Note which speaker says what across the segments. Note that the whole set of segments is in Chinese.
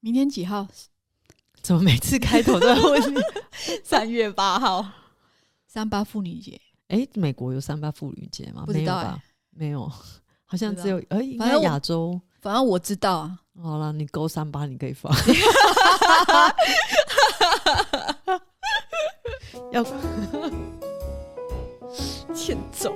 Speaker 1: 明天几 号？
Speaker 2: 怎么每次开头都要 问你？
Speaker 1: 三月八号，三八妇女节。
Speaker 2: 哎、美国有三八妇女节吗？
Speaker 1: 不知道
Speaker 2: 没有吧？没有，好像
Speaker 1: 不知
Speaker 2: 只
Speaker 1: 道
Speaker 2: 有哎、应
Speaker 1: 反
Speaker 2: 该
Speaker 1: 正我
Speaker 2: 亚洲。
Speaker 1: 反正我知道啊，
Speaker 2: 好了，你勾三八，你可以 发。要
Speaker 1: 欠揍。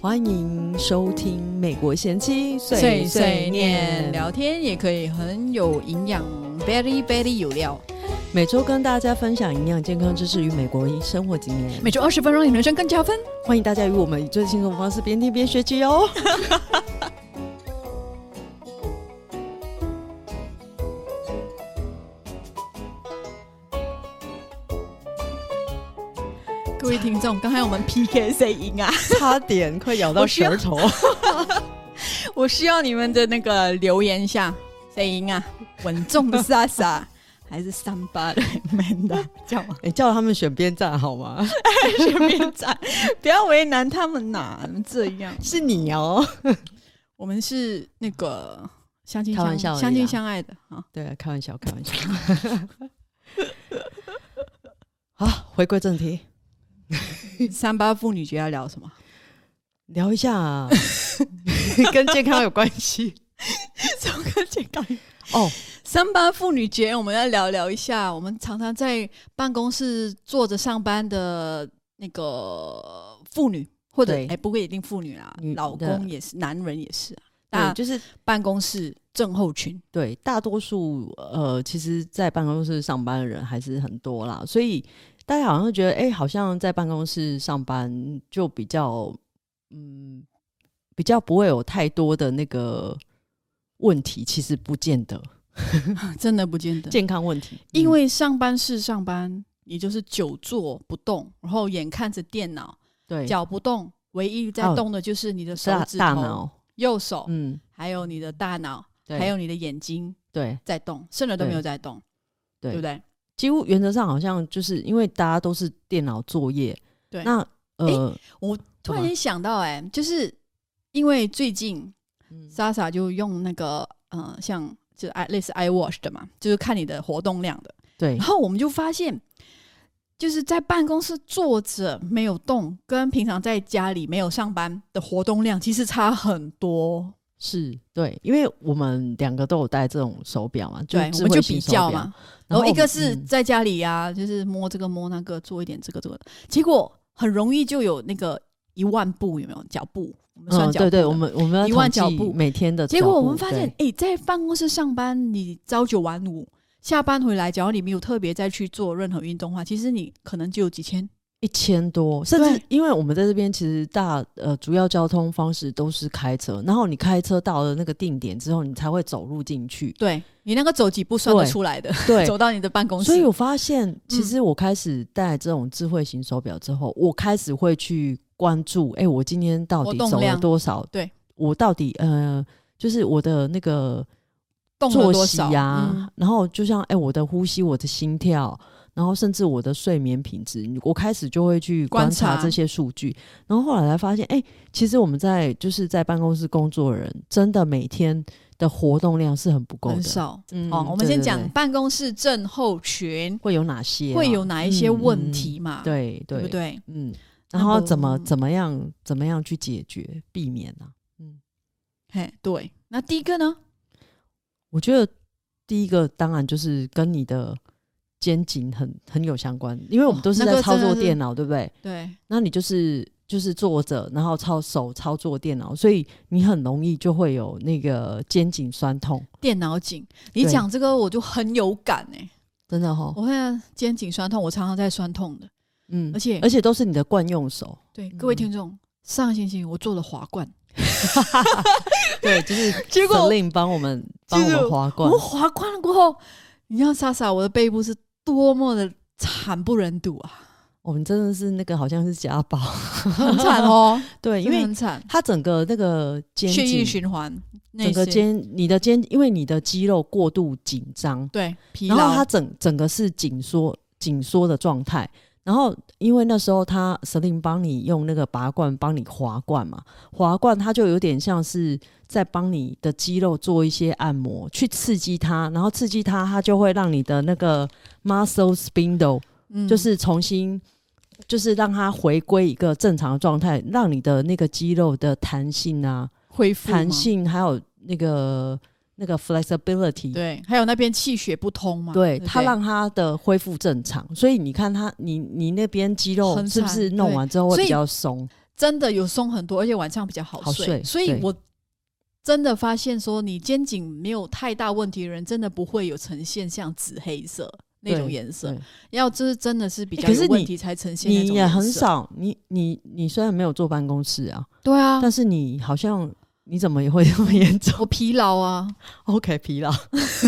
Speaker 2: 欢迎收听《美国贤妻
Speaker 1: 碎
Speaker 2: 碎
Speaker 1: 碎
Speaker 2: 碎
Speaker 1: 念
Speaker 2: 念》，
Speaker 1: 聊天也可以很有营养，very very 有料。
Speaker 2: 每周跟大家分享营养健康知识与美国生活经验。
Speaker 1: 每周二十分钟，你人生更加分。
Speaker 2: 欢迎大家与我们以最轻松的方式边听边学习哦。
Speaker 1: 各位听众，刚才我们 PK 谁赢啊？
Speaker 2: 差点快咬到舌头，
Speaker 1: 我需要你们的那个留言下，谁赢啊？稳重的莎莎 还是三八 的 Amanda？这样吗？
Speaker 2: 你、哎叫他们选边站好吗？
Speaker 1: 随便站， 不要为难他们呐、怎么这样？
Speaker 2: 是你哦。
Speaker 1: 我们是那个相亲
Speaker 2: 开
Speaker 1: 相
Speaker 2: 玩笑而已啦
Speaker 1: 相亲相爱的啊。
Speaker 2: 对啊，开玩笑，开玩笑。 好，回归正题，
Speaker 1: 三八妇女节要聊 什么？
Speaker 2: 聊一下跟健康有关系
Speaker 1: 怎么跟健康？
Speaker 2: 哦。
Speaker 1: 三八妇女节，我们要聊聊一下，我们常常在办公室坐着上班的那个妇女，或者
Speaker 2: 对
Speaker 1: 哎，不过一定妇女啦
Speaker 2: 女，
Speaker 1: 老
Speaker 2: 的
Speaker 1: 公也是，男人也是啊。
Speaker 2: 对，
Speaker 1: 那
Speaker 2: 就是
Speaker 1: 办公室症候群，
Speaker 2: 对大多数呃，其实，在办公室上班的人还是很多啦，所以大家好像会觉得，哎、好像在办公室上班就比较，嗯，比较不会有太多的那个问题，其实不见得
Speaker 1: 真的不见得。
Speaker 2: 健康问题，
Speaker 1: 因
Speaker 2: 嗯
Speaker 1: 为上班是上班，也就是久坐不动，然后眼看着电脑，
Speaker 2: 对
Speaker 1: 脚不动，唯一在
Speaker 2: 哦
Speaker 1: 动的就是你的手
Speaker 2: 大
Speaker 1: 指
Speaker 2: 大
Speaker 1: 头、
Speaker 2: 脑，
Speaker 1: 右手，
Speaker 2: 嗯，
Speaker 1: 还有你的大脑，
Speaker 2: 对
Speaker 1: 还有你的眼睛
Speaker 2: 对。
Speaker 1: 在动，剩的都
Speaker 2: 对
Speaker 1: 没有在动，
Speaker 2: 对
Speaker 1: 对不对？
Speaker 2: 几乎原则上好像就是因为大家都是电脑作业，
Speaker 1: 对
Speaker 2: 那呃，
Speaker 1: 突然间想到、哎，就是因为最近
Speaker 2: 嗯
Speaker 1: 莎莎就用那个，嗯、呃，像就 i 类似 iWatch 的嘛，就是看你的活动量的。
Speaker 2: 对
Speaker 1: 然后我们就发现，就是在办公室坐着没有动，跟平常在家里没有上班的活动量其实差很多。
Speaker 2: 是，对，因为我们两个都有戴这种手表嘛，就
Speaker 1: 对，我
Speaker 2: 智
Speaker 1: 们
Speaker 2: 慧
Speaker 1: 就
Speaker 2: 型
Speaker 1: 比
Speaker 2: 手
Speaker 1: 较
Speaker 2: 表，
Speaker 1: 嘛。然后一
Speaker 2: 我
Speaker 1: 个
Speaker 2: 们
Speaker 1: 是
Speaker 2: 嗯
Speaker 1: 在家里呀、就是摸这个摸那个，做一点这个做的，结果很容易就有那个一万步，有没有脚步？我们算
Speaker 2: 嗯，
Speaker 1: 脚步
Speaker 2: 对
Speaker 1: 的、
Speaker 2: 对，我们我们要
Speaker 1: 一万
Speaker 2: 统
Speaker 1: 脚
Speaker 2: 计
Speaker 1: 步
Speaker 2: 每天的脚步，
Speaker 1: 结果我们发现，
Speaker 2: 对
Speaker 1: 哎、在办公室上班，你朝九晚五，下班回来，只要你没有特别再去做任何运动的话，其实你可能就有几千。
Speaker 2: 一千多，甚至
Speaker 1: 对
Speaker 2: 因为我们在这边其实大呃主要交通方式都是开车，然后你开车到了那个定点之后，你才会走路进去，
Speaker 1: 对你那个走几步算得
Speaker 2: 对
Speaker 1: 出来的。
Speaker 2: 对，
Speaker 1: 走嗯到你的办公室。
Speaker 2: 所以我发现，其实我开始戴这种智慧型手表之后，我开始会去关注，哎、我今天到
Speaker 1: 活
Speaker 2: 底
Speaker 1: 动
Speaker 2: 走了
Speaker 1: 量
Speaker 2: 多少？
Speaker 1: 对，
Speaker 2: 我到底呃，就是我的那个
Speaker 1: 动了
Speaker 2: 作
Speaker 1: 多
Speaker 2: 息啊
Speaker 1: 少
Speaker 2: 呀、
Speaker 1: 嗯
Speaker 2: 然后就像哎、我的呼吸、我的心跳，然后甚至我的睡眠品质，我开始就会去
Speaker 1: 观
Speaker 2: 观察
Speaker 1: 察
Speaker 2: 这些数据。然后后来才发现，哎、其实我们在就是在办公室工作的人，真的每天的活动量是很不够
Speaker 1: 很
Speaker 2: 的。
Speaker 1: 少。
Speaker 2: 嗯
Speaker 1: 哦，我们
Speaker 2: 对
Speaker 1: 先
Speaker 2: 对
Speaker 1: 讲
Speaker 2: 对
Speaker 1: 办公室症候群
Speaker 2: 会有哪些啊、
Speaker 1: 会有哪一些
Speaker 2: 嗯
Speaker 1: 问题嘛？
Speaker 2: 对对
Speaker 1: 对不对？
Speaker 2: 嗯，
Speaker 1: 那
Speaker 2: 然后
Speaker 1: 不
Speaker 2: 怎么
Speaker 1: 嗯
Speaker 2: 怎么样怎么样去解决避免啊嗯呢、
Speaker 1: 嘿，对。那第一个呢？
Speaker 2: 我觉得第一个当然就是跟你的肩颈很很有相关，因为我们
Speaker 1: 哦
Speaker 2: 都是
Speaker 1: 那
Speaker 2: 在
Speaker 1: 个
Speaker 2: 操
Speaker 1: 真的
Speaker 2: 作
Speaker 1: 是
Speaker 2: 电脑，对不对？
Speaker 1: 对，
Speaker 2: 那你就是就是坐着，然后操手操作电脑，所以你很容易就会有那个肩颈酸痛，
Speaker 1: 电脑颈。你
Speaker 2: 对哦
Speaker 1: 讲这个我就很有感哎、
Speaker 2: 真的哈。
Speaker 1: 我会啊肩颈酸痛，我常常在酸痛的。
Speaker 2: 嗯
Speaker 1: 而，且
Speaker 2: 而且都是你的惯用手，
Speaker 1: 对各位
Speaker 2: 嗯
Speaker 1: 听众，上个星期我做了滑罐，
Speaker 2: 对， 就是
Speaker 1: 结果
Speaker 2: Celine 帮我们帮我
Speaker 1: 结
Speaker 2: 们
Speaker 1: 果
Speaker 2: 滑罐
Speaker 1: 我，滑罐了过后，你知道莎莎我的背部是多么的惨不忍睹 啊，
Speaker 2: 我们真的是那个好像是家暴，
Speaker 1: 很惨哦，
Speaker 2: 对， 因
Speaker 1: 真的
Speaker 2: 为
Speaker 1: 很惨，
Speaker 2: 它整个那个肩
Speaker 1: 血液
Speaker 2: 颈
Speaker 1: 循环，
Speaker 2: 整个
Speaker 1: 内些
Speaker 2: 肩，你的肩，因为你的肌肉过度紧张，
Speaker 1: 对疲
Speaker 2: 然后
Speaker 1: 劳
Speaker 2: 它，整整个是紧缩紧缩的状态，然后因为那时候他 Selin 帮你用那个拔罐帮你滑罐嘛，滑罐它就有点像是在帮你的肌肉做一些按摩，去刺激它，然后刺激它，它就会让你的那个 muscle spindle
Speaker 1: 嗯
Speaker 2: 就是重新，就是让它回归一个正常的状态，让你的那个肌肉的弹性啊、
Speaker 1: 恢复吗
Speaker 2: 弹，性，还有那个那个 flexibility，
Speaker 1: 对，还有那边气血不通嘛，
Speaker 2: 对
Speaker 1: 不
Speaker 2: 它让它的恢复正常。所以你看它，你你那边肌肉
Speaker 1: 很
Speaker 2: 是不
Speaker 1: 惨
Speaker 2: 是弄
Speaker 1: 对
Speaker 2: 完之后会
Speaker 1: 所
Speaker 2: 比
Speaker 1: 以
Speaker 2: 较松？
Speaker 1: 真的有松很多，而且晚上比较好
Speaker 2: 好睡
Speaker 1: 所以
Speaker 2: 对
Speaker 1: 我真的发现说，你肩颈没有太大问题的人，真的不会有呈现像紫黑色那种
Speaker 2: 对
Speaker 1: 颜色
Speaker 2: 对。
Speaker 1: 要就是真的是比较
Speaker 2: 欸可是
Speaker 1: 有问
Speaker 2: 你
Speaker 1: 题才呈现那
Speaker 2: 你
Speaker 1: 种
Speaker 2: 也
Speaker 1: 颜色
Speaker 2: 很少，你你你虽然没有坐办公室啊，
Speaker 1: 对啊，
Speaker 2: 但是你好像你怎么也会 这么严重
Speaker 1: 我疲劳啊，
Speaker 2: ？OK，疲劳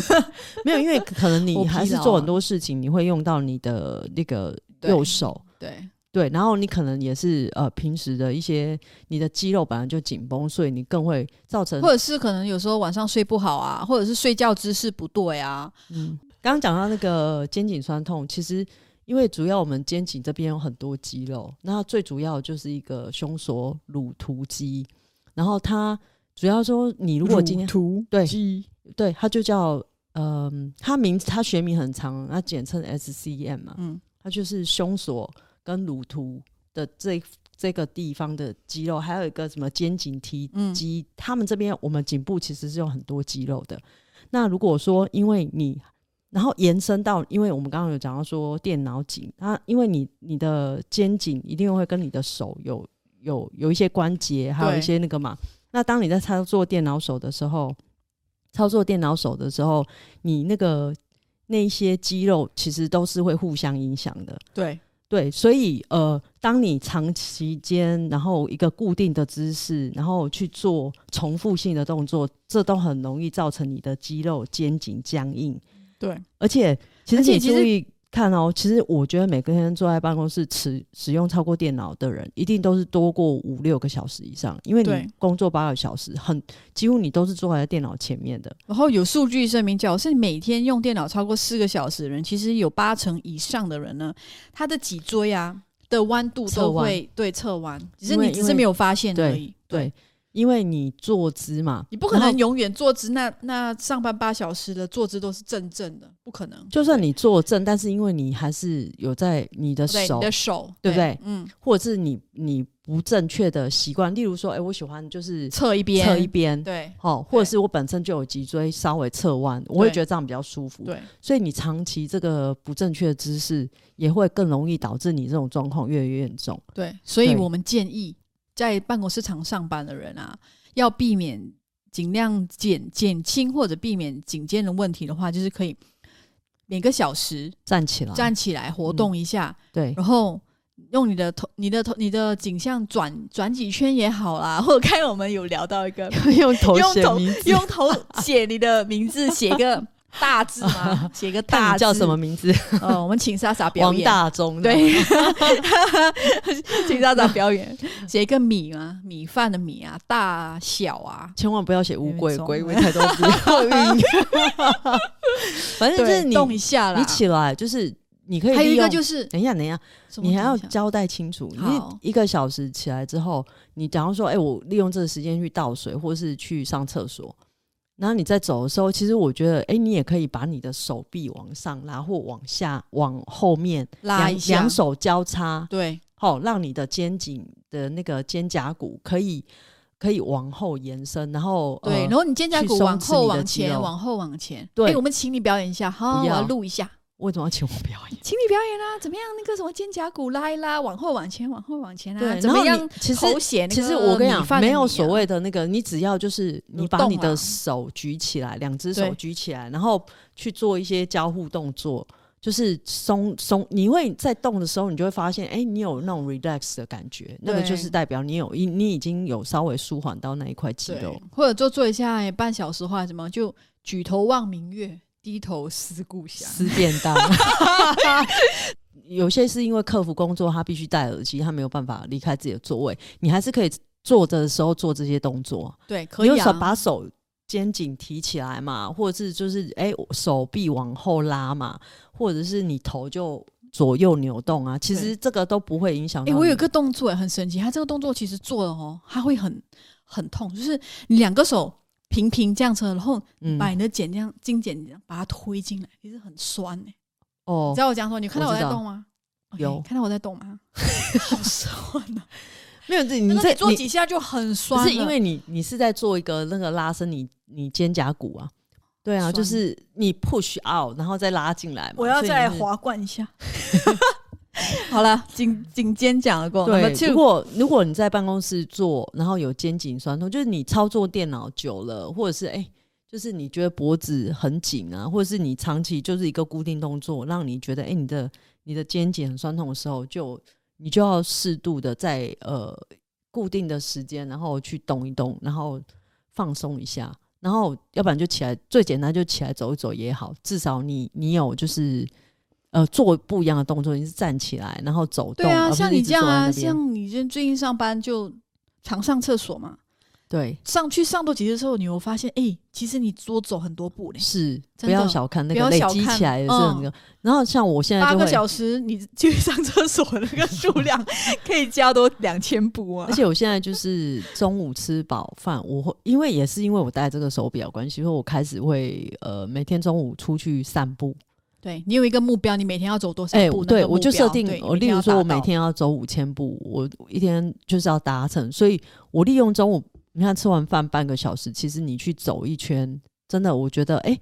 Speaker 2: 没有，因为可能
Speaker 1: 我
Speaker 2: 你
Speaker 1: 疲
Speaker 2: 还是
Speaker 1: 劳
Speaker 2: 做
Speaker 1: 啊
Speaker 2: 很多事情，你会用到你的那个
Speaker 1: 对
Speaker 2: 右手。
Speaker 1: 对
Speaker 2: 对，然后你可能也是呃，平时的一些你的肌肉本来就紧绷，所以你更会造成
Speaker 1: 或。者是可能有时候晚上睡不好啊，或者是睡觉姿势不对啊，
Speaker 2: 嗯，刚刚讲到那个肩颈酸痛，其实因为主要我们肩颈这边有很多肌肉，那最主要就是一个胸锁乳突肌，然后它主要说你如果今天
Speaker 1: 图
Speaker 2: 对对，它就叫嗯、它名字它学名很长，它简称 SCM 嘛，
Speaker 1: 嗯
Speaker 2: 它就是胸锁跟乳突的这这个地方的肌肉，还有一个什么肩颈提
Speaker 1: 嗯
Speaker 2: 肌，他们这边我们颈部其实是有很多肌肉的。那如果说因为你，然后延伸到，因为我们刚刚有讲到说电脑颈，那因为你你的肩颈一定会跟你的手有有有一些关节，还有一
Speaker 1: 对
Speaker 2: 些那个嘛。那当你在操作电脑手的时候，操作电脑手的时候，你那个那一些肌肉其实都是会互相影响的。
Speaker 1: 对
Speaker 2: 对，所以呃，当你长期间，然后一个固定的姿势，然后去做重复性的动作，这都很容易造成你的肌肉肩颈僵硬。
Speaker 1: 对，
Speaker 2: 而且，其
Speaker 1: 而
Speaker 2: 实
Speaker 1: 且
Speaker 2: 你
Speaker 1: 其实
Speaker 2: 注意看哦，其实我觉得每个人坐在办公室使使用超过电脑的人，一定都是多过五六个小时以上，因为
Speaker 1: 对
Speaker 2: 你工作八个小时，很几乎你都是坐在电脑前面的。
Speaker 1: 然后有数据证明，假如是每天用电脑超过四个小时的人，其实有八成以上的人呢，他的脊椎啊的弯度
Speaker 2: 侧
Speaker 1: 都
Speaker 2: 弯
Speaker 1: 会对侧弯，只是
Speaker 2: 因为
Speaker 1: 你只
Speaker 2: 因
Speaker 1: 是
Speaker 2: 为
Speaker 1: 没有发现而已。
Speaker 2: 对，因为你坐姿嘛，
Speaker 1: 你不可
Speaker 2: 然
Speaker 1: 能
Speaker 2: 后
Speaker 1: 永远坐姿，那那上班八小时的坐姿都是正正的，不可能。
Speaker 2: 就算你坐正，但是因为你还是有在你的
Speaker 1: 对
Speaker 2: 手
Speaker 1: 你的手，
Speaker 2: 对不对
Speaker 1: 嗯，
Speaker 2: 或者是你你不正确的习惯，例如说，哎、我喜欢就是
Speaker 1: 侧一边，
Speaker 2: 侧一边，
Speaker 1: 对
Speaker 2: 好，或者是我本身就有脊椎稍微侧弯，我会觉得这样比较舒服。
Speaker 1: 对
Speaker 2: 所以你长期这个不正确的姿势，也会更容易导致你这种状况越来越严重。
Speaker 1: 对，所以
Speaker 2: 对
Speaker 1: 我们建议在办公室常上班的人啊，要避免尽量减减轻或者避免颈肩的问题的话，就是可以每个小时
Speaker 2: 站起来，
Speaker 1: 站起来活动一下，
Speaker 2: 对，
Speaker 1: 然后。用你的头、你的头、你的颈项转转几圈也好啦， 或者看我们有聊到一个
Speaker 2: 用头
Speaker 1: 用
Speaker 2: 写
Speaker 1: 头
Speaker 2: 名字，
Speaker 1: 用头写你的名字，写个大字嘛， 写个
Speaker 2: 看
Speaker 1: 大
Speaker 2: 你
Speaker 1: 字
Speaker 2: 叫什么？名字？
Speaker 1: 呃，我们请莎莎表
Speaker 2: 王
Speaker 1: 演。
Speaker 2: 大中。
Speaker 1: 对，请大家表演，写一个米啊，米饭的米啊，大小啊，
Speaker 2: 千万不要写乌龟，
Speaker 1: 没错
Speaker 2: 龟龟太多字会晕。反正就是
Speaker 1: 对，
Speaker 2: 你
Speaker 1: 动一下啦。
Speaker 2: 你起来，就是你可以
Speaker 1: 还有
Speaker 2: 利
Speaker 1: 一个
Speaker 2: 用
Speaker 1: 就是，
Speaker 2: 等一下，等一下，
Speaker 1: 什么
Speaker 2: 你还要
Speaker 1: 等一下
Speaker 2: 交代清楚。
Speaker 1: 好
Speaker 2: 你一个小时起来之后，你假如说，哎、我利用这个时间去倒水，或是去上厕所，然后你在走的时候，其实我觉得，哎、你也可以把你的手臂往上拉，或往下、往后面
Speaker 1: 拉
Speaker 2: 两
Speaker 1: 一下，
Speaker 2: 两手交叉，
Speaker 1: 对
Speaker 2: 好、让你的肩颈的那个肩胛骨可以可以往后延伸，然后
Speaker 1: 对，
Speaker 2: 呃
Speaker 1: 然后你肩胛
Speaker 2: 去
Speaker 1: 骨
Speaker 2: 松
Speaker 1: 往
Speaker 2: 弛
Speaker 1: 后
Speaker 2: 你的
Speaker 1: 往
Speaker 2: 肌
Speaker 1: 前，
Speaker 2: 肉
Speaker 1: 往后往前。
Speaker 2: 对
Speaker 1: 哎我们请你表演一下，好，
Speaker 2: 不
Speaker 1: 我要
Speaker 2: 要
Speaker 1: 录一下，
Speaker 2: 为什么要请我表演？
Speaker 1: 请你表演啦，怎么样？那个什么肩胛骨拉一拉，往后往前，往后往前啊，
Speaker 2: 对，
Speaker 1: 怎
Speaker 2: 然后
Speaker 1: 么
Speaker 2: 你
Speaker 1: 样？
Speaker 2: 其实
Speaker 1: 头写那
Speaker 2: 其实
Speaker 1: 个
Speaker 2: 我跟你
Speaker 1: 米饭
Speaker 2: 讲，
Speaker 1: 的
Speaker 2: 没有
Speaker 1: 米
Speaker 2: 所
Speaker 1: 啊，
Speaker 2: 谓的那个，你只要就是你把
Speaker 1: 动
Speaker 2: 你的
Speaker 1: 啊
Speaker 2: 手举起来，两只手
Speaker 1: 对
Speaker 2: 举起来，然后去做一些交互动作，就是松松。你会在动的时候，你就会发现，哎、你有那种 relax 的感觉，那个就
Speaker 1: 对
Speaker 2: 是代表你有一你已经有稍微舒缓到那一块肌肉
Speaker 1: 对。，或者就做一下哎半小时或者什么，就举头望明月，低头思故乡。
Speaker 2: 吃便 当，有些是因为客服工作，他必须戴耳机，他没有办法离开自己的座位，你还是可以坐着的时候做这些动作。
Speaker 1: 对，可
Speaker 2: 你有
Speaker 1: 以
Speaker 2: 手
Speaker 1: 啊。
Speaker 2: 把手肩颈提起来嘛，或者是就是哎、手臂往后拉嘛，或者是你头就左右扭动啊，其
Speaker 1: 对
Speaker 2: 实这个都不会影响到
Speaker 1: 哎、
Speaker 2: 你。
Speaker 1: 我有一个动作、欸、很神奇，他这个动作其实做了哦，他会很很痛，就是你两个手平平这样子，然后
Speaker 2: 嗯
Speaker 1: 把你的茧这样筋茧这样把它推进来，其实很酸哎、你
Speaker 2: 哦
Speaker 1: 知，道我讲什么？你看到
Speaker 2: 我
Speaker 1: 我
Speaker 2: 知
Speaker 1: 在
Speaker 2: 道
Speaker 1: 动吗？OK，
Speaker 2: 有
Speaker 1: 看到我在动 吗？好酸啊！
Speaker 2: 没有这你
Speaker 1: 你
Speaker 2: 这
Speaker 1: 你做
Speaker 2: 你
Speaker 1: 几下就很
Speaker 2: 不
Speaker 1: 酸了，
Speaker 2: 是因为你你是在做一个那个拉伸你你肩胛骨啊，对啊，
Speaker 1: 酸
Speaker 2: 就是你 push out 然后再拉进来嘛。
Speaker 1: 我要
Speaker 2: 所以
Speaker 1: 再
Speaker 2: 你是
Speaker 1: 滑罐一 下。好了，颈颈肩讲了够。
Speaker 2: 对，
Speaker 1: 其
Speaker 2: 如
Speaker 1: 实
Speaker 2: 果如果你在办公室做，然后有肩颈酸痛，就是你操作电脑久了，或者是哎、就是你觉得脖子很紧啊，或者是你长期就是一个固定动作，让你觉得哎、你的你的肩颈很酸痛的时候，就你就要适度的在呃固定的时间，然后去动一动，然后放松一下，然后要不然就起来，最简单就起来走一走也好，至少你你有就是。呃，做不一样的动作，你是站起来，然后走动，
Speaker 1: 对啊，
Speaker 2: 而不是
Speaker 1: 像
Speaker 2: 一
Speaker 1: 你
Speaker 2: 直
Speaker 1: 这样
Speaker 2: 坐在
Speaker 1: 啊，
Speaker 2: 那边
Speaker 1: 像你这最近上班就常上厕所嘛，
Speaker 2: 对，
Speaker 1: 上去上多几次之后，你会发现，哎、其实你多走很多步 嘞，
Speaker 2: 是
Speaker 1: 真
Speaker 2: 不要
Speaker 1: 的
Speaker 2: 小看那
Speaker 1: 不
Speaker 2: 个
Speaker 1: 要
Speaker 2: 累
Speaker 1: 小
Speaker 2: 积
Speaker 1: 看
Speaker 2: 起来的是很
Speaker 1: 嗯
Speaker 2: 多。然后像我现在
Speaker 1: 八
Speaker 2: 啊就
Speaker 1: 个
Speaker 2: 会，
Speaker 1: 小时，你 去上厕所的那个数 量可以加多两千步啊
Speaker 2: 而。且我现在就是中午吃饱饭，我会因为也是因为我戴这个手表关系，所以我开始会呃每天中午出去散步。
Speaker 1: 对你有一个目标，你每天要走多少
Speaker 2: 哎、
Speaker 1: 步？那
Speaker 2: 对
Speaker 1: 个
Speaker 2: 我
Speaker 1: 目
Speaker 2: 就设
Speaker 1: 标
Speaker 2: 定
Speaker 1: 对，
Speaker 2: 我
Speaker 1: 你
Speaker 2: 例
Speaker 1: 一定
Speaker 2: 如
Speaker 1: 要
Speaker 2: 说
Speaker 1: 达
Speaker 2: 我每
Speaker 1: 到
Speaker 2: 天要走五千步，我一天就是要达成，所以我利用中午，你看吃完饭半个小时，其实你去走一圈，真的我觉得哎、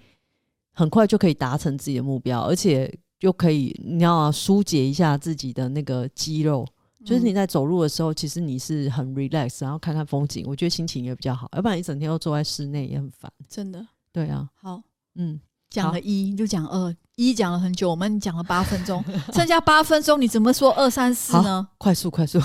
Speaker 2: 很快就可以达成自己的目标，而且就可以你要、啊、疏解一下自己的那个肌肉。就是你
Speaker 1: 嗯
Speaker 2: 在走路的时候，其实你是很 relax，然后看看风景，我觉得心情也比较好。要不然一整天都坐在室内也很烦。
Speaker 1: 真的
Speaker 2: 对啊，
Speaker 1: 好。
Speaker 2: 嗯，
Speaker 1: 讲
Speaker 2: 好
Speaker 1: 了一就讲二，一讲了很久，我们讲了八分 钟，剩下八分钟，你怎么说二三四
Speaker 2: 好
Speaker 1: 呢？
Speaker 2: 快速快速，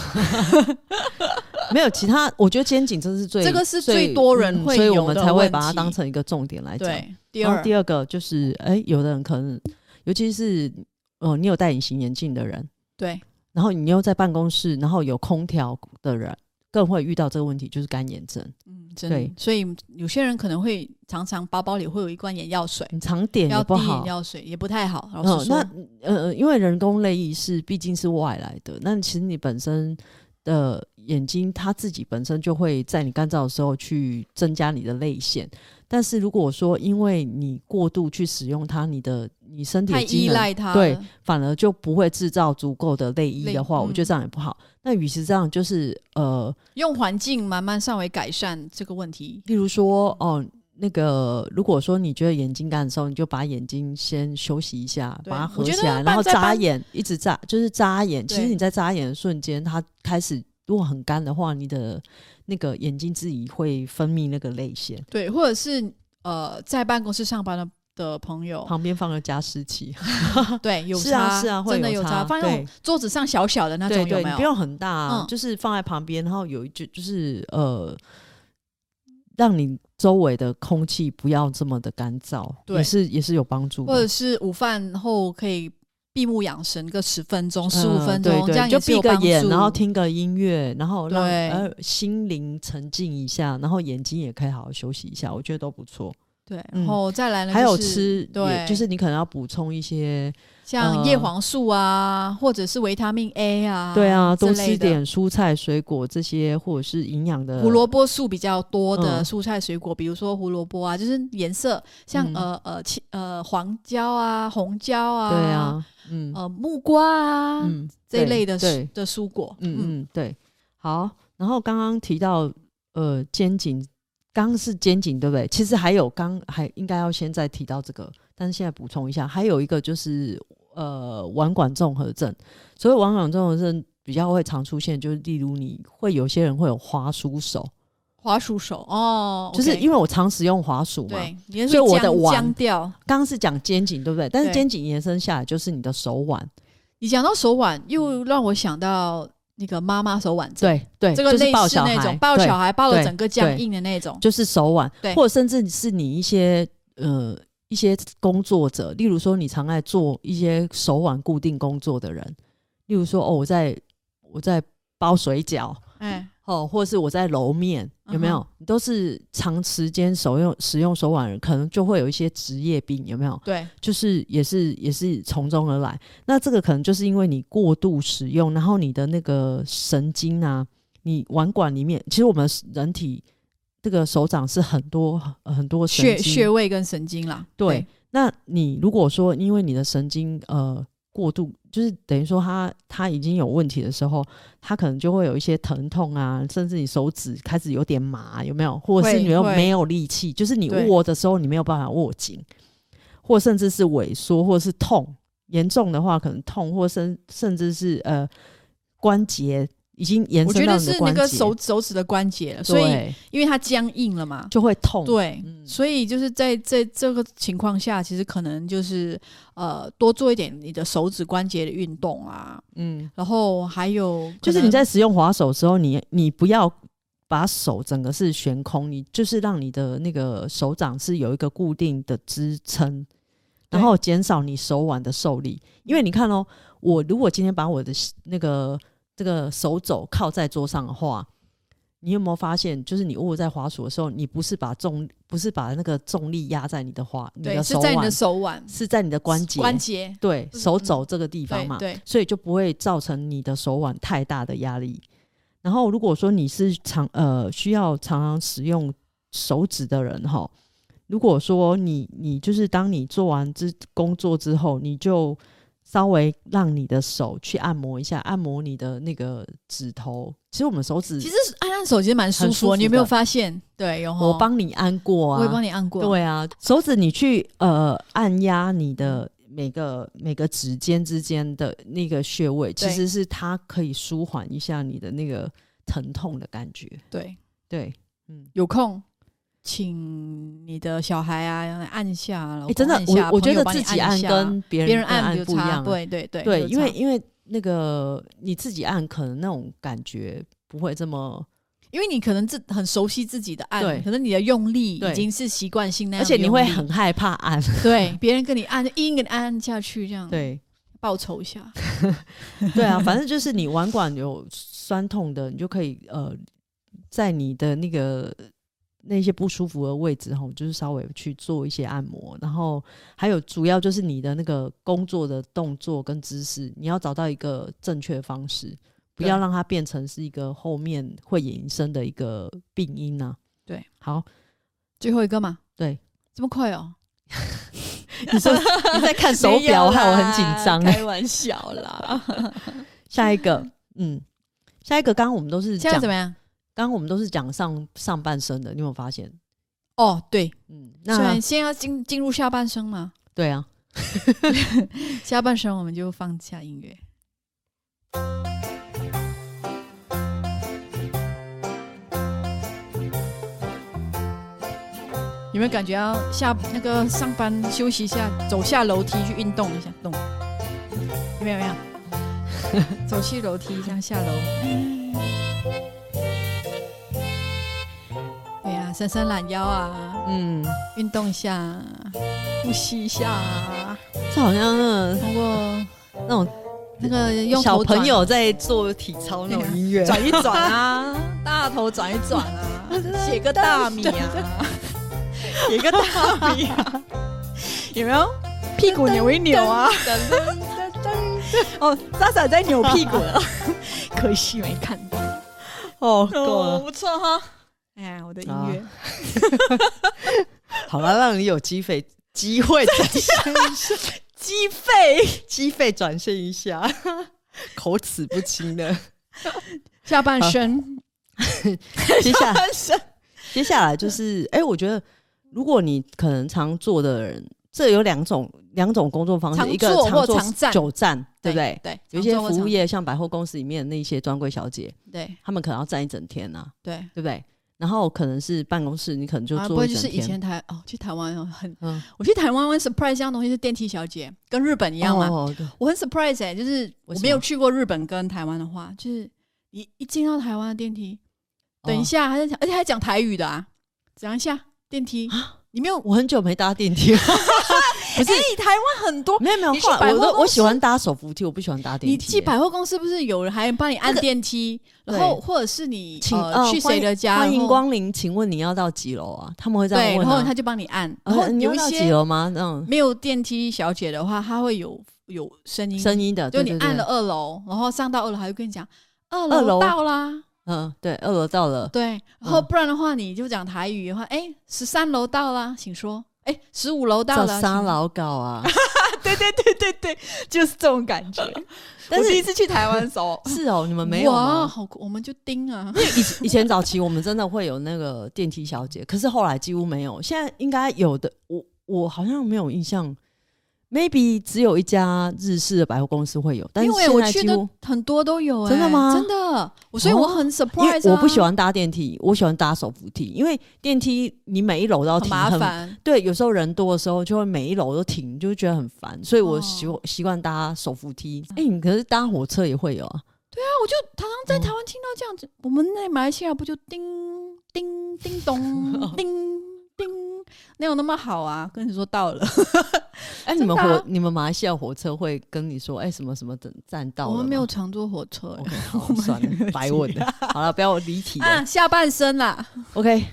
Speaker 2: 没有其他，我觉得肩颈真是最嗯
Speaker 1: 这个是最多人会
Speaker 2: 所以我
Speaker 1: 有
Speaker 2: 们
Speaker 1: 的
Speaker 2: 才会
Speaker 1: 问
Speaker 2: 把它当
Speaker 1: 题
Speaker 2: 成一个重点来讲。
Speaker 1: 对，第
Speaker 2: 然后
Speaker 1: 二，
Speaker 2: 第二个就是，哎、有的人可能，尤其是呃，你有戴隐形眼镜的人，
Speaker 1: 对，
Speaker 2: 然后你又在办公室，然后有空调的人，更会遇到这个问题，就是干眼症。
Speaker 1: 嗯，真的
Speaker 2: 对。
Speaker 1: 所以有些人可能会常常包包里会有一罐眼药水，
Speaker 2: 你常点
Speaker 1: 要
Speaker 2: 也不
Speaker 1: 滴
Speaker 2: 好
Speaker 1: 眼，药水也不太好。老
Speaker 2: 嗯
Speaker 1: 师，说，
Speaker 2: 那呃，因为人工泪液是毕竟是外来的，那其实你本身的眼睛它自己本身就会在你干燥的时候去增加你的泪腺，但是如果说因为你过度去使用它，你的你身体
Speaker 1: 太
Speaker 2: 的机
Speaker 1: 依
Speaker 2: 能
Speaker 1: 赖它
Speaker 2: 对
Speaker 1: 了，
Speaker 2: 反而就不会制造足够的泪液
Speaker 1: 泪
Speaker 2: 的话，我觉得
Speaker 1: 嗯
Speaker 2: 这样也不好。那与其这样，就是呃，
Speaker 1: 用环境慢慢稍微改善这个问题。
Speaker 2: 例如说哦。那个，如果说你觉得眼睛干的时候，你就把眼睛先休息一下，
Speaker 1: 对
Speaker 2: 把它
Speaker 1: 我
Speaker 2: 合
Speaker 1: 觉得
Speaker 2: 起来，
Speaker 1: 办
Speaker 2: 然后
Speaker 1: 在
Speaker 2: 眨
Speaker 1: 办
Speaker 2: 眼，一直眨，就是眨眼。其实
Speaker 1: 对
Speaker 2: 你在眨眼的瞬间，它开始如果很干的话，你的那个眼睛自己会分泌那个泪腺，
Speaker 1: 对，或者是呃，在办公室上班的的朋友，
Speaker 2: 旁边放了加湿器，
Speaker 1: 对，有
Speaker 2: 啊是啊
Speaker 1: 差
Speaker 2: 是啊会
Speaker 1: 真的
Speaker 2: 有
Speaker 1: 有
Speaker 2: 差
Speaker 1: 放在那种
Speaker 2: 对
Speaker 1: 桌子上小小的那种，有
Speaker 2: 对
Speaker 1: 没
Speaker 2: 对，你
Speaker 1: 有？
Speaker 2: 不用很大啊，
Speaker 1: 嗯
Speaker 2: 就是放在旁边，然后有一句就是呃，让你周围的空气不要这么的干燥，也
Speaker 1: 对
Speaker 2: 是也是有帮助的。
Speaker 1: 或者是午饭后可以闭目养神个十分钟、十五
Speaker 2: 嗯
Speaker 1: 分
Speaker 2: 对
Speaker 1: 钟，
Speaker 2: 对
Speaker 1: 这样
Speaker 2: 就
Speaker 1: 也是
Speaker 2: 闭
Speaker 1: 有
Speaker 2: 个
Speaker 1: 帮
Speaker 2: 眼，
Speaker 1: 助。
Speaker 2: 然后听个音乐，然后让
Speaker 1: 对
Speaker 2: 呃心灵沉静一下，然后眼睛也可以好好休息一下，我觉得都不错。
Speaker 1: 对，
Speaker 2: 嗯
Speaker 1: 然后再来呢，
Speaker 2: 还有
Speaker 1: 就是
Speaker 2: 吃，也
Speaker 1: 对
Speaker 2: 就是你可能要补充一些，
Speaker 1: 像
Speaker 2: 呃
Speaker 1: 叶黄素啊，或者是维他命 A 啊，
Speaker 2: 对啊，
Speaker 1: 之
Speaker 2: 多
Speaker 1: 类
Speaker 2: 吃
Speaker 1: 的。
Speaker 2: 点蔬菜水果这些，或者是营养的
Speaker 1: 胡萝卜素比较多的
Speaker 2: 嗯
Speaker 1: 蔬菜水果，比如说胡萝卜啊，就是颜色像、
Speaker 2: 嗯
Speaker 1: 呃呃青呃黄椒啊、红椒啊，
Speaker 2: 对，啊，嗯
Speaker 1: 呃木瓜啊、
Speaker 2: 嗯
Speaker 1: 这一
Speaker 2: 对
Speaker 1: 类的
Speaker 2: 对
Speaker 1: 蔬的蔬果，嗯嗯，
Speaker 2: 嗯嗯对，好。然后刚刚提到呃肩颈，刚刚是肩颈对不对？其实还有刚还应该要先再提到这个，但是现在补充一下，还有一个就是呃腕管综合症。所谓腕管综合症比较会常出现，就是例如你会有些人会有滑鼠手，
Speaker 1: 滑鼠手哦，
Speaker 2: 就是因
Speaker 1: 为
Speaker 2: 为我常使用滑鼠嘛。
Speaker 1: 对，你是
Speaker 2: 所以我的
Speaker 1: 僵
Speaker 2: 碗
Speaker 1: 僵掉，
Speaker 2: 刚刚是讲肩颈对不对？但是
Speaker 1: 对
Speaker 2: 肩颈延伸下来就是你的手腕，
Speaker 1: 你讲到手腕，又让我想到那个妈妈手腕症，
Speaker 2: 对对，
Speaker 1: 这个
Speaker 2: 就是
Speaker 1: 类
Speaker 2: 抱
Speaker 1: 似
Speaker 2: 小孩
Speaker 1: 那种抱
Speaker 2: 对
Speaker 1: 小孩抱的
Speaker 2: 对
Speaker 1: 整个僵硬的那种，
Speaker 2: 就是手腕
Speaker 1: 对，
Speaker 2: 或者甚至是你一些呃一些工作者，例如说你常爱做一些手腕固定工作的人，例如说哦，我在我在包水饺，
Speaker 1: 哎，
Speaker 2: 哦，或者是我在楼面有没有？
Speaker 1: 嗯
Speaker 2: 都是长时间手用使用手腕的人，可能就会有一些职业病，有没有？
Speaker 1: 对，
Speaker 2: 就是也是也是从中而来。那这个可能就是因为你过度使用，然后你的那个神经啊，你腕管里面，其实我们人体这个手掌是很多呃很多神
Speaker 1: 穴
Speaker 2: 经
Speaker 1: 穴位跟神经啦，
Speaker 2: 对，那你如果说因为你的神经呃过度，就是等于说它它已经有问题的时候，它可能就会有一些疼痛啊，甚至你手指开始有点麻，有没有？或者是
Speaker 1: 会
Speaker 2: 你又
Speaker 1: 会
Speaker 2: 没有力气，就是你
Speaker 1: 对
Speaker 2: 握的时候你没有办法握紧，或甚至是萎缩，或者是痛。严重的话，可能痛，或甚甚至是呃关节已经延
Speaker 1: 我
Speaker 2: 伸
Speaker 1: 觉
Speaker 2: 到
Speaker 1: 得
Speaker 2: 你
Speaker 1: 是
Speaker 2: 的
Speaker 1: 那
Speaker 2: 关节，
Speaker 1: 个手手指的关节了，所以
Speaker 2: 对
Speaker 1: 因为它僵硬了嘛，
Speaker 2: 就会痛。
Speaker 1: 对，
Speaker 2: 嗯
Speaker 1: 所以就是在在这个情况下，其实可能就是呃多做一点你的手指关节的运动啊，
Speaker 2: 嗯，
Speaker 1: 然后还有可
Speaker 2: 就是你
Speaker 1: 能
Speaker 2: 在使用滑手的时候，你你不要把手整个是悬空，你就是让你的那个手掌是有一个固定的支撑，
Speaker 1: 对
Speaker 2: 然后减少你手腕的受力。因为你看哦，我如果今天把我的那个这个手肘靠在桌上的话。你有没有发现，就是你握在滑鼠的时候，你不是把重，不是把那个重力压在你的滑，你
Speaker 1: 对
Speaker 2: 的
Speaker 1: 是
Speaker 2: 手
Speaker 1: 在你
Speaker 2: 腕
Speaker 1: 的手腕
Speaker 2: 是在你的关节，
Speaker 1: 关节
Speaker 2: 对
Speaker 1: 嗯
Speaker 2: 手肘这个地方
Speaker 1: 对
Speaker 2: 嘛，
Speaker 1: 对
Speaker 2: 所以就不会造成你的手腕太大的压力。然后，如果说你是常呃需要常常使用手指的人哈，如果说你你就是当你做完之工作之后，你就稍微让你的手去按摩一下，按摩你的那个指头。其实我们手指，
Speaker 1: 其实按按啊手其实蛮舒
Speaker 2: 很舒
Speaker 1: 服的，
Speaker 2: 服
Speaker 1: 你有没有
Speaker 2: 的
Speaker 1: 发现？对，有
Speaker 2: 我
Speaker 1: 吼
Speaker 2: 帮你按过啊，
Speaker 1: 我也帮你按过，
Speaker 2: 对啊，手指你去呃按压你
Speaker 1: 嗯
Speaker 2: 的每个每个指尖之间的那个穴位，其
Speaker 1: 对
Speaker 2: 实是它可以舒缓一下你的那个疼痛的感觉。
Speaker 1: 对，
Speaker 2: 对，嗯，
Speaker 1: 有空。请你的小孩啊按一下，老
Speaker 2: 哎、
Speaker 1: 公
Speaker 2: 真的
Speaker 1: 按，一下
Speaker 2: 我我觉
Speaker 1: 朋友
Speaker 2: 得
Speaker 1: 帮
Speaker 2: 自
Speaker 1: 你
Speaker 2: 己
Speaker 1: 按
Speaker 2: 按
Speaker 1: 一下
Speaker 2: 跟别
Speaker 1: 别
Speaker 2: 人
Speaker 1: 人按
Speaker 2: 按
Speaker 1: 有
Speaker 2: 不一
Speaker 1: 差
Speaker 2: 样啊，
Speaker 1: 对对对
Speaker 2: 对，
Speaker 1: 有
Speaker 2: 因为
Speaker 1: 差
Speaker 2: 因为那个你自己按，可能那种感觉不会这么，
Speaker 1: 因为你可能自很熟悉自己的
Speaker 2: 对
Speaker 1: 按，可能你的用力
Speaker 2: 对
Speaker 1: 已经是习惯性那样
Speaker 2: 而
Speaker 1: 的
Speaker 2: 且
Speaker 1: 用力，嗯
Speaker 2: 你会很害怕按。
Speaker 1: 对别人跟你按，硬给你按下去，这样
Speaker 2: 对，
Speaker 1: 报仇一下。
Speaker 2: 对啊，反正就是你腕管有酸痛的，你就可以呃，在你的那个那些不舒服的位置吼，就是稍微去做一些按摩，然后还有主要就是你的那个工作的动作跟姿势，你要找到一个正确的方式，不
Speaker 1: 对
Speaker 2: 要让它变成是一个后面会衍生的一个病因呐、
Speaker 1: 对，
Speaker 2: 好，
Speaker 1: 最后一个嘛，
Speaker 2: 对，
Speaker 1: 这么快哦？
Speaker 2: 你说你在看手
Speaker 1: 没有啦
Speaker 2: 表，害我很紧张哎。
Speaker 1: 开玩笑 啦。
Speaker 2: 下一个，嗯，下一个，刚刚我们都是
Speaker 1: 现
Speaker 2: 讲
Speaker 1: 在怎么样？
Speaker 2: 刚刚我们都是讲上上半身的，你有没有发现？
Speaker 1: 哦，对，
Speaker 2: 嗯，
Speaker 1: 虽
Speaker 2: 那
Speaker 1: 然先要进进入下半生嘛，
Speaker 2: 对啊，
Speaker 1: 下半生我们就放下音乐。有没有感觉要下那个上班休息一下，走下楼梯去运动一下，动？有没有？有没有？走去楼梯，这样下楼。对哎呀、伸伸懒腰啊，
Speaker 2: 嗯，
Speaker 1: 运动一下，呼吸一下啊。
Speaker 2: 这好像那
Speaker 1: 通过
Speaker 2: 那种
Speaker 1: 那个用
Speaker 2: 小
Speaker 1: 头转
Speaker 2: 朋友在做体操那种音乐，
Speaker 1: 转一转啊， 大头转一转啊， 写个大米啊，
Speaker 2: 一个大米啊，
Speaker 1: 有没有？屁股扭一扭啊！哦，莎莎在扭屁股 了，可惜没看到。
Speaker 2: 哦，够了，
Speaker 1: 不错哈。哎呀，我的音乐，
Speaker 2: 好了，让你有机会机会转身一下，
Speaker 1: 鸡肺。
Speaker 2: 机会转身一下， 口齿不清的。
Speaker 1: 下半身，
Speaker 2: 接下来，
Speaker 1: 半身，
Speaker 2: 接下来就是，哎、我觉得如果你可能常做的人，这有两种两种工作方式，
Speaker 1: 常
Speaker 2: 一个
Speaker 1: 做或
Speaker 2: 做
Speaker 1: 常站
Speaker 2: 久站，对不对？
Speaker 1: 对，
Speaker 2: 有一些服务，业，像百货公司里面那些专柜小姐，
Speaker 1: 对
Speaker 2: 她们可能要站一整天呐、啊
Speaker 1: 对。
Speaker 2: 对不对？然后可能是办公室，你可能就
Speaker 1: 啊，不
Speaker 2: 坐
Speaker 1: 会
Speaker 2: 一
Speaker 1: 就
Speaker 2: 整
Speaker 1: 是以
Speaker 2: 天。
Speaker 1: 前台哦，去台湾哦，很
Speaker 2: 嗯，
Speaker 1: 我去台湾玩 surprise 这样东西是电梯小姐，跟日本一
Speaker 2: 一
Speaker 1: 样嘛。
Speaker 2: 哦、对
Speaker 1: 我很 surprise 哎、就是我
Speaker 2: 为什么
Speaker 1: 没有去过日本跟台湾的话，就是你一进到台湾的电梯，等一
Speaker 2: 哦
Speaker 1: 下还在讲，而且还讲台语的啊，讲一下电梯，你没有
Speaker 2: 我很久没搭电梯了，
Speaker 1: 不是
Speaker 2: 哎
Speaker 1: 台湾很多。
Speaker 2: 没有没有，
Speaker 1: 你去
Speaker 2: 后来
Speaker 1: 百货
Speaker 2: 我都
Speaker 1: 公
Speaker 2: 我喜
Speaker 1: 司
Speaker 2: 欢搭手扶梯，我不喜欢搭电梯。
Speaker 1: 你去百货公司不是有人还帮你按
Speaker 2: 那个
Speaker 1: 电梯，
Speaker 2: 对
Speaker 1: 然后或者是你
Speaker 2: 请、
Speaker 1: 呃
Speaker 2: 呃
Speaker 1: 去谁的家，
Speaker 2: 欢迎欢
Speaker 1: 然
Speaker 2: 迎
Speaker 1: 后
Speaker 2: 光临，请问你要到几楼啊？他们会这
Speaker 1: 对，
Speaker 2: 样问、
Speaker 1: 然
Speaker 2: 啊。
Speaker 1: 后他就帮你按，
Speaker 2: 呃
Speaker 1: 然后
Speaker 2: 你
Speaker 1: 有
Speaker 2: 要
Speaker 1: 一
Speaker 2: 到几
Speaker 1: 些
Speaker 2: 楼吗？嗯，
Speaker 1: 没有电梯小姐的话，她会有有声音，
Speaker 2: 声音的，啊
Speaker 1: 就
Speaker 2: 对
Speaker 1: 你
Speaker 2: 对对
Speaker 1: 按了，二楼，然后上到二楼，还会跟你讲二
Speaker 2: 二楼
Speaker 1: 到啦，
Speaker 2: 嗯，对，二楼到了，
Speaker 1: 对，然后
Speaker 2: 嗯
Speaker 1: 不然的话你就讲台语的话，哎，十三楼到啦，请说，哎，十五楼到
Speaker 2: 找
Speaker 1: 了，
Speaker 2: 沙
Speaker 1: 请
Speaker 2: 老搞啊，
Speaker 1: 对对 对对对，就是这种感觉。
Speaker 2: 但是，
Speaker 1: 我第一次去台湾的时候
Speaker 2: 是哦，你们没有
Speaker 1: 哇，
Speaker 2: 吗？
Speaker 1: 好酷，我们就盯啊，
Speaker 2: 以前早期我们真的会有那个电梯小姐，可是后来几乎没有。现在应该有的，我我好像没有印象，maybe 只有一家日式的百货公司会有，但是
Speaker 1: 因为
Speaker 2: 现
Speaker 1: 我
Speaker 2: 在
Speaker 1: 去
Speaker 2: 几
Speaker 1: 的
Speaker 2: 乎。
Speaker 1: 很多都有、哎，
Speaker 2: 真的吗哦
Speaker 1: 真的，我所以我很
Speaker 2: 因为
Speaker 1: surprise，、啊、
Speaker 2: 我不喜欢搭电梯，我喜欢搭手扶梯，因为电梯你每一楼都要
Speaker 1: 很
Speaker 2: 停，
Speaker 1: 麻
Speaker 2: 很
Speaker 1: 烦，啊
Speaker 2: 对，有时候人多的时候，就会每一楼都停，就觉得很烦，所以我
Speaker 1: 哦
Speaker 2: 习习惯搭手扶梯。哎、你可是搭火车也会有啊？
Speaker 1: 常常
Speaker 2: 嗯
Speaker 1: 在台湾听到这样子，我们在马来西亚不就叮叮叮 咚叮叮，哪有那么好啊？跟你说到了，
Speaker 2: 哎、你
Speaker 1: 真
Speaker 2: 们
Speaker 1: 的啊
Speaker 2: 火你们马来西亚火车会跟你说，哎、什么什么等站到
Speaker 1: 我
Speaker 2: 了
Speaker 1: 们
Speaker 2: 吗哦
Speaker 1: 没有。常坐火 车、
Speaker 2: OK，好
Speaker 1: 我，们
Speaker 2: 算
Speaker 1: 没有
Speaker 2: 了，白问 了。好了，不要离题了。
Speaker 1: 哎啊，下半身啦，
Speaker 2: OK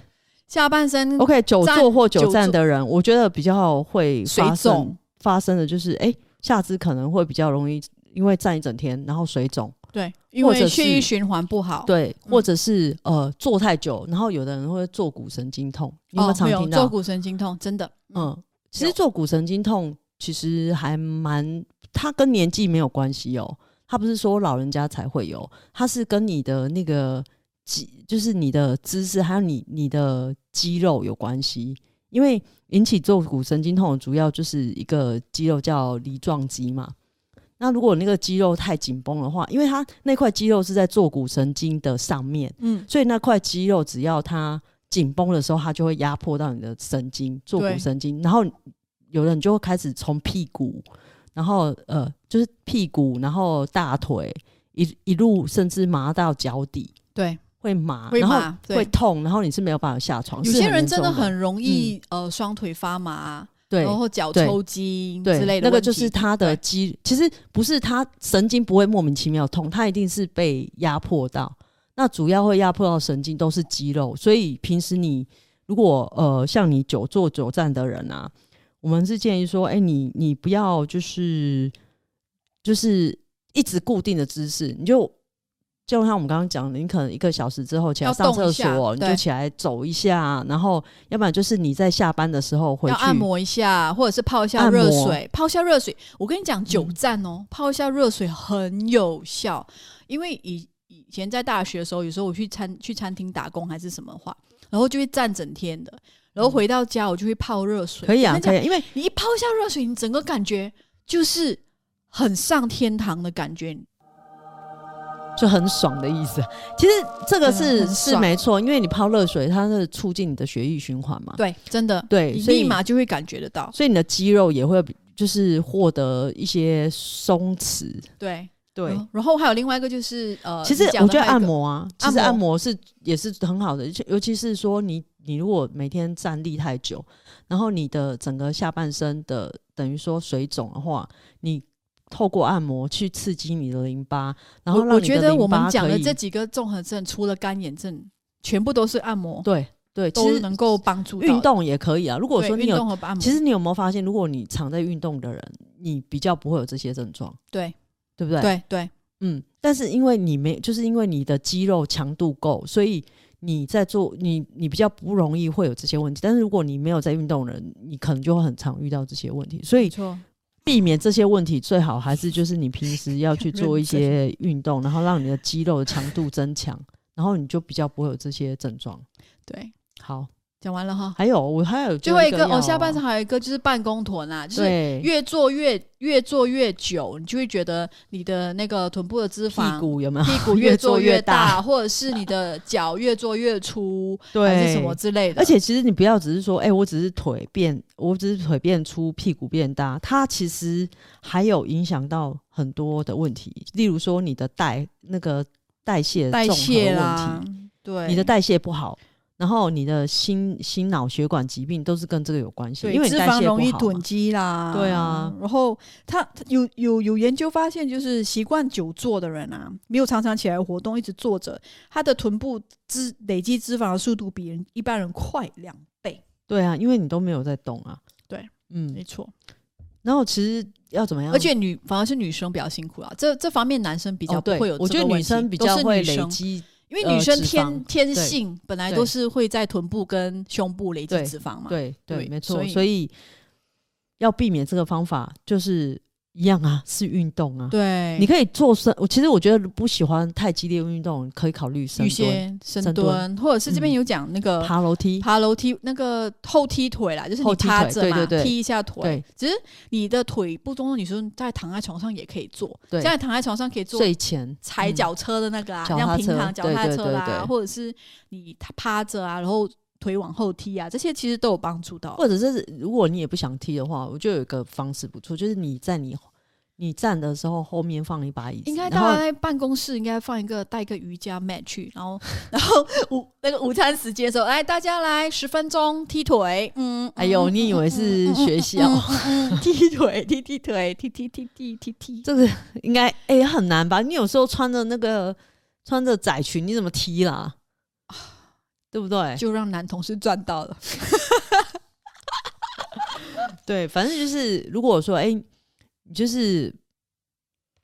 Speaker 1: 下半身
Speaker 2: OK，久
Speaker 1: 站
Speaker 2: 坐或
Speaker 1: 久
Speaker 2: 久
Speaker 1: 坐
Speaker 2: 站的人，我觉得比较会
Speaker 1: 水
Speaker 2: 发生
Speaker 1: 肿，
Speaker 2: 发生的就是，哎、下肢可能会比较容易，因为站一整天，然后水肿。
Speaker 1: 对，因
Speaker 2: 或
Speaker 1: 为
Speaker 2: 者
Speaker 1: 血液
Speaker 2: 是
Speaker 1: 循环不好，
Speaker 2: 对，或
Speaker 1: 哦嗯
Speaker 2: 者是呃坐太久，然后有的人会坐骨神经痛，你有没有
Speaker 1: 哦，
Speaker 2: 常
Speaker 1: 没有
Speaker 2: 听到？
Speaker 1: 坐骨神经痛，真的，嗯，
Speaker 2: 嗯，其实
Speaker 1: 有
Speaker 2: 坐骨神经痛其实还蛮，它跟年纪没有关系哦，它不是说老人家才会有，它是跟你的那个肌，就是你的姿势还有你你的肌肉有关系。因为引起坐骨神经痛的主要就是一个肌肉叫梨状肌嘛。那如果那个肌肉太紧绷的话，因为它那块肌肉是在坐骨神经的上面，
Speaker 1: 嗯，
Speaker 2: 所以那块肌肉只要它紧绷的时候，它就会压迫到你的神经、坐骨
Speaker 1: 对
Speaker 2: 神经，然后有人就会开始从屁股，然后呃，就是屁股，然后大腿一一路甚至麻到脚底，
Speaker 1: 对，
Speaker 2: 会麻，
Speaker 1: 会
Speaker 2: 然后
Speaker 1: 麻对
Speaker 2: 会痛，然后你是没有办法下床。
Speaker 1: 有
Speaker 2: 是
Speaker 1: 些
Speaker 2: 很
Speaker 1: 人
Speaker 2: 严
Speaker 1: 真的
Speaker 2: 重的嗯
Speaker 1: 很容易、呃双腿发麻，
Speaker 2: 对
Speaker 1: 然后脚
Speaker 2: 对
Speaker 1: 抽筋
Speaker 2: 对
Speaker 1: 之类的问题，
Speaker 2: 那个就是他的
Speaker 1: 对
Speaker 2: 肌，其实不是他神经不会莫名其妙痛，他一定是被压迫到。那主要会压迫到神经都是肌肉，所以平时你如果呃像你久坐久站的人啊，我们是建议说，哎、你你不要就是就是一直固定的姿势，你就就像我们刚刚讲的，你可能一个小时之后起来
Speaker 1: 要
Speaker 2: 上
Speaker 1: 动
Speaker 2: 厕
Speaker 1: 一下
Speaker 2: 所，你
Speaker 1: 对
Speaker 2: 就起来走一下，啊然后要不然就是你在下班的时候回
Speaker 1: 要
Speaker 2: 去
Speaker 1: 按摩一下，或者是泡一下
Speaker 2: 按
Speaker 1: 热
Speaker 2: 摩
Speaker 1: 水，泡一下热水。我跟你讲，久
Speaker 2: 嗯
Speaker 1: 站哦，泡一下热水很有效，因为以以前在大学的时候，有时候我去餐去餐厅打工还是什么话，然后就会站整天的，然后回到家我就会泡热水。
Speaker 2: 嗯可以
Speaker 1: 我
Speaker 2: 啊，
Speaker 1: 跟你讲
Speaker 2: 可以啊，因为
Speaker 1: 你一泡一下热水，你整个感觉就是很上天堂的感觉。
Speaker 2: 就很爽的意思。其实这个
Speaker 1: 对
Speaker 2: 是、
Speaker 1: 啊很
Speaker 2: 是
Speaker 1: 爽
Speaker 2: 没错，因为你泡热水，它是促进你的血液循环嘛。
Speaker 1: 对，真的，
Speaker 2: 啊对
Speaker 1: 你
Speaker 2: 所以
Speaker 1: 立马就会感觉得到。
Speaker 2: 所以你的肌肉也会就是获得一些松弛。
Speaker 1: 对，
Speaker 2: 对
Speaker 1: 嗯然后还有另外一个就是呃，
Speaker 2: 其实
Speaker 1: 你讲
Speaker 2: 我
Speaker 1: 的
Speaker 2: 觉得
Speaker 1: 还有一
Speaker 2: 按
Speaker 1: 个
Speaker 2: 摩啊，其
Speaker 1: 按
Speaker 2: 实
Speaker 1: 摩
Speaker 2: 按摩是也是很好的，尤其尤其是说你你如果每天站立太久，然后你的整个下半身的等于说水肿的话，你透过按摩去刺激你的淋巴，然后
Speaker 1: 我
Speaker 2: 让
Speaker 1: 我
Speaker 2: 你的
Speaker 1: 觉得
Speaker 2: 淋
Speaker 1: 我们
Speaker 2: 巴
Speaker 1: 讲
Speaker 2: 可
Speaker 1: 的
Speaker 2: 以
Speaker 1: 这几个综合症，除了干眼症，全部都是按摩，
Speaker 2: 对对，其
Speaker 1: 都
Speaker 2: 实
Speaker 1: 能够帮助到
Speaker 2: 运。动也可以啊。如果
Speaker 1: 对
Speaker 2: 说你
Speaker 1: 运
Speaker 2: 有
Speaker 1: 动和按摩，
Speaker 2: 其实你有没有发现，如果你常在运动的人，你比较不会有这些症状，
Speaker 1: 对
Speaker 2: 对不对？，
Speaker 1: 对对
Speaker 2: 嗯。但是因为你没，就是因为你的肌肉强度够，所以你在做你你比较不容易会有这些问题。但是如果你没有在运动的人，你可能就会很常遇到这些问题。所
Speaker 1: 没
Speaker 2: 以
Speaker 1: 错，
Speaker 2: 避免这些问题，最好还是就是你平时要去
Speaker 1: 认
Speaker 2: 做 一些运动，然后让你的肌肉的强度增强，然后你就比较不会有这些症状。
Speaker 1: 对，
Speaker 2: 好，
Speaker 1: 讲完了哈。
Speaker 2: 还有我还有
Speaker 1: 最后一个
Speaker 2: 要
Speaker 1: 哦，下半场还有一个就是办公臀啊，就是
Speaker 2: 对
Speaker 1: 越做越越做越久，你就会觉得你的那个臀部的脂
Speaker 2: 屁
Speaker 1: 肪。
Speaker 2: 股有没有？
Speaker 1: 屁股
Speaker 2: 越
Speaker 1: 越
Speaker 2: 做
Speaker 1: 做
Speaker 2: 越
Speaker 1: 越
Speaker 2: 大
Speaker 1: 大，或者是你的脚越做越粗，
Speaker 2: 对
Speaker 1: 还是什么之类的。
Speaker 2: 而且其实你不要只是说，哎、我只是腿变，我只是腿变粗，屁股变大，它其实还有影响到很多的问题，例如说你的代那个代谢
Speaker 1: 代
Speaker 2: 综合
Speaker 1: 谢
Speaker 2: 问
Speaker 1: 啦
Speaker 2: 题，，
Speaker 1: 对，
Speaker 2: 你的代谢不好，然后你的心心脑血管疾病都是跟这个有关系，
Speaker 1: 对，
Speaker 2: 因为你
Speaker 1: 脂
Speaker 2: 代
Speaker 1: 肪
Speaker 2: 谢
Speaker 1: 容
Speaker 2: 不
Speaker 1: 易
Speaker 2: 好
Speaker 1: 囤
Speaker 2: 嘛
Speaker 1: 积啦。
Speaker 2: 对啊，
Speaker 1: 然后他他有有有研究发现，就是习惯久坐的人啊，没有常常起来活动，一直坐着，他的臀部脂累积脂肪的速度比人一般人快两倍。
Speaker 2: 对啊，因为你都没有在动啊。
Speaker 1: 对，
Speaker 2: 嗯，
Speaker 1: 错，
Speaker 2: 然后其实要怎么样？
Speaker 1: 而且女反而是女生比较辛苦啦，这这方面男生比
Speaker 2: 比
Speaker 1: 较不会有、
Speaker 2: 哦我觉得女生比较会累，积，
Speaker 1: 因为
Speaker 2: 呃
Speaker 1: 女生
Speaker 2: 脂
Speaker 1: 天、
Speaker 2: 肪
Speaker 1: 天
Speaker 2: 对
Speaker 1: 性本来
Speaker 2: 对
Speaker 1: 都是会在臀部跟胸部累积
Speaker 2: 对
Speaker 1: 脂肪嘛。
Speaker 2: 对对，
Speaker 1: 对
Speaker 2: 没错
Speaker 1: 所。以
Speaker 2: 所以要避免这个方法，就是一样啊，是运动啊。
Speaker 1: 对，
Speaker 2: 你可以做深，我其实我觉得不喜欢太激烈的运动，可以考虑深
Speaker 1: 女
Speaker 2: 蹲、
Speaker 1: 先深
Speaker 2: 深
Speaker 1: 蹲，或者是这边有讲那个、
Speaker 2: 爬楼梯。
Speaker 1: 爬楼梯那个后踢腿啦，就是
Speaker 2: 后
Speaker 1: 你
Speaker 2: 踢腿
Speaker 1: 趴着嘛，
Speaker 2: 对对对
Speaker 1: 踢一下腿。
Speaker 2: 对
Speaker 1: 只是你的腿不中，女生在躺在床上也可以做，
Speaker 2: 对
Speaker 1: 现在躺在床上可以做
Speaker 2: 睡前
Speaker 1: 踩
Speaker 2: 嗯
Speaker 1: 脚车的那个啊，
Speaker 2: 脚
Speaker 1: 像
Speaker 2: 踏
Speaker 1: 平
Speaker 2: 车
Speaker 1: 常脚
Speaker 2: 对
Speaker 1: 踏
Speaker 2: 对
Speaker 1: 车
Speaker 2: 对
Speaker 1: 啦，
Speaker 2: 对
Speaker 1: 或者是你趴着啊，然后腿往后踢啊，这些其实都有帮助到。
Speaker 2: 或者是如果你也不想踢的话，我就有一个方式不错，就是你在你你站的时候后面放一把椅子，
Speaker 1: 应该
Speaker 2: 然
Speaker 1: 大家
Speaker 2: 后
Speaker 1: 在办公室应该放一个带一个瑜伽 mat 去，然后然后午那个午餐时间的时候，来大家来十分钟踢腿，嗯，
Speaker 2: 哎呦，
Speaker 1: 嗯
Speaker 2: 你以为是学校？
Speaker 1: 嗯嗯嗯踢腿踢踢腿踢踢踢踢踢踢，
Speaker 2: 这个 应该哎、很难吧？你有时候穿着那个穿着窄裙，你怎么踢啦？对不对？
Speaker 1: 就让男同事赚到了。
Speaker 2: 对，反正就是如果说哎、你就是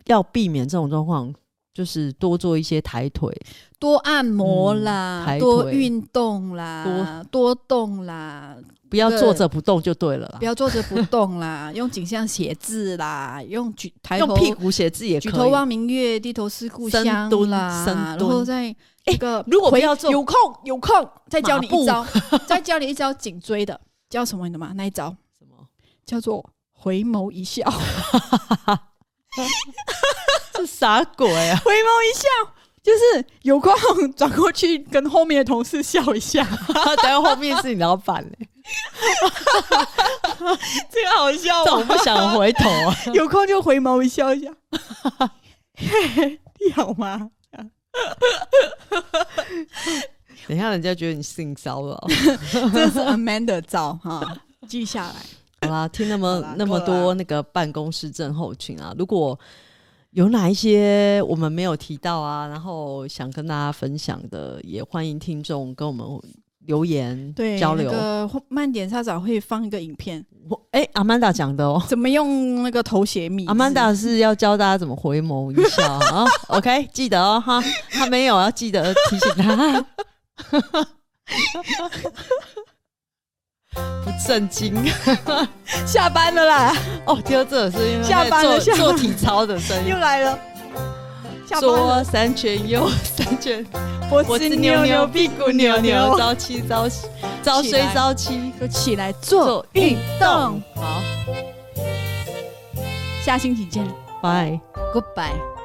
Speaker 2: 要避免这种状况，就是多做一些抬腿，
Speaker 1: 多按摩
Speaker 2: 嗯
Speaker 1: 啦，
Speaker 2: 抬
Speaker 1: 多
Speaker 2: 腿
Speaker 1: 运动啦，多动啦，
Speaker 2: 不要
Speaker 1: 对
Speaker 2: 坐着不动就对了啦
Speaker 1: 不。要坐着不动啦， 用景象写字啦，用举抬
Speaker 2: 用
Speaker 1: 头
Speaker 2: 屁股写字也可
Speaker 1: 举
Speaker 2: 以。
Speaker 1: 头望明月，低头思故
Speaker 2: 深
Speaker 1: 乡
Speaker 2: 蹲
Speaker 1: 啦，
Speaker 2: 深
Speaker 1: 然
Speaker 2: 蹲
Speaker 1: 后再那个
Speaker 2: 如果不
Speaker 1: 回
Speaker 2: 要做
Speaker 1: 有空有空再教你
Speaker 2: 马步
Speaker 1: 一招， 再教你一招颈椎的，叫什么你的吗？那一招
Speaker 2: 什么？
Speaker 1: 叫做回眸一笑，
Speaker 2: 这啥鬼啊？
Speaker 1: 回眸一笑。就是有空转过去跟后面的同事笑一 下，
Speaker 2: 等下后面是你老板 欸嘞、
Speaker 1: 这个好笑
Speaker 2: 但我不想回头啊。
Speaker 1: 有空就回眸一笑一下， 你好吗？
Speaker 2: 等一下人家觉得你性骚扰。
Speaker 1: 这是 Amanda 照哈，记下来。
Speaker 2: 好啦，听那
Speaker 1: 好
Speaker 2: 么
Speaker 1: 啦
Speaker 2: 那么
Speaker 1: 够了
Speaker 2: 多那个办公室症候群啊，如果有哪一些我们没有提到啊，然后想跟大家分享的，也欢迎听众跟我们留言
Speaker 1: 对，
Speaker 2: 交流
Speaker 1: 那。个慢点稍早会放一个影片，
Speaker 2: 我哎，阿曼达讲的哦，
Speaker 1: 怎么用那个头写米字？
Speaker 2: 阿曼达是要教大家怎么回眸一笑啊。OK，记得哦哈，他没有要记得提醒他。 不正经啊
Speaker 1: 下班了啦，
Speaker 2: 哦，听到这种声音，
Speaker 1: 下班了
Speaker 2: 做
Speaker 1: 下班
Speaker 2: 做
Speaker 1: 了
Speaker 2: 体操的声音
Speaker 1: 又，来了。下班了，
Speaker 2: 左三圈，右三圈，
Speaker 1: 脖
Speaker 2: 脖
Speaker 1: 子
Speaker 2: 子
Speaker 1: 扭
Speaker 2: 扭
Speaker 1: 扭
Speaker 2: 扭，
Speaker 1: 屁
Speaker 2: 屁
Speaker 1: 股
Speaker 2: 股
Speaker 1: 扭
Speaker 2: 扭
Speaker 1: 扭
Speaker 2: 扭，，朝七朝夕，朝
Speaker 1: 起
Speaker 2: 睡
Speaker 1: 来
Speaker 2: 朝七，
Speaker 1: 就起来做运动。
Speaker 2: 好，
Speaker 1: 下星期见
Speaker 2: 拜。
Speaker 1: ，Goodbye。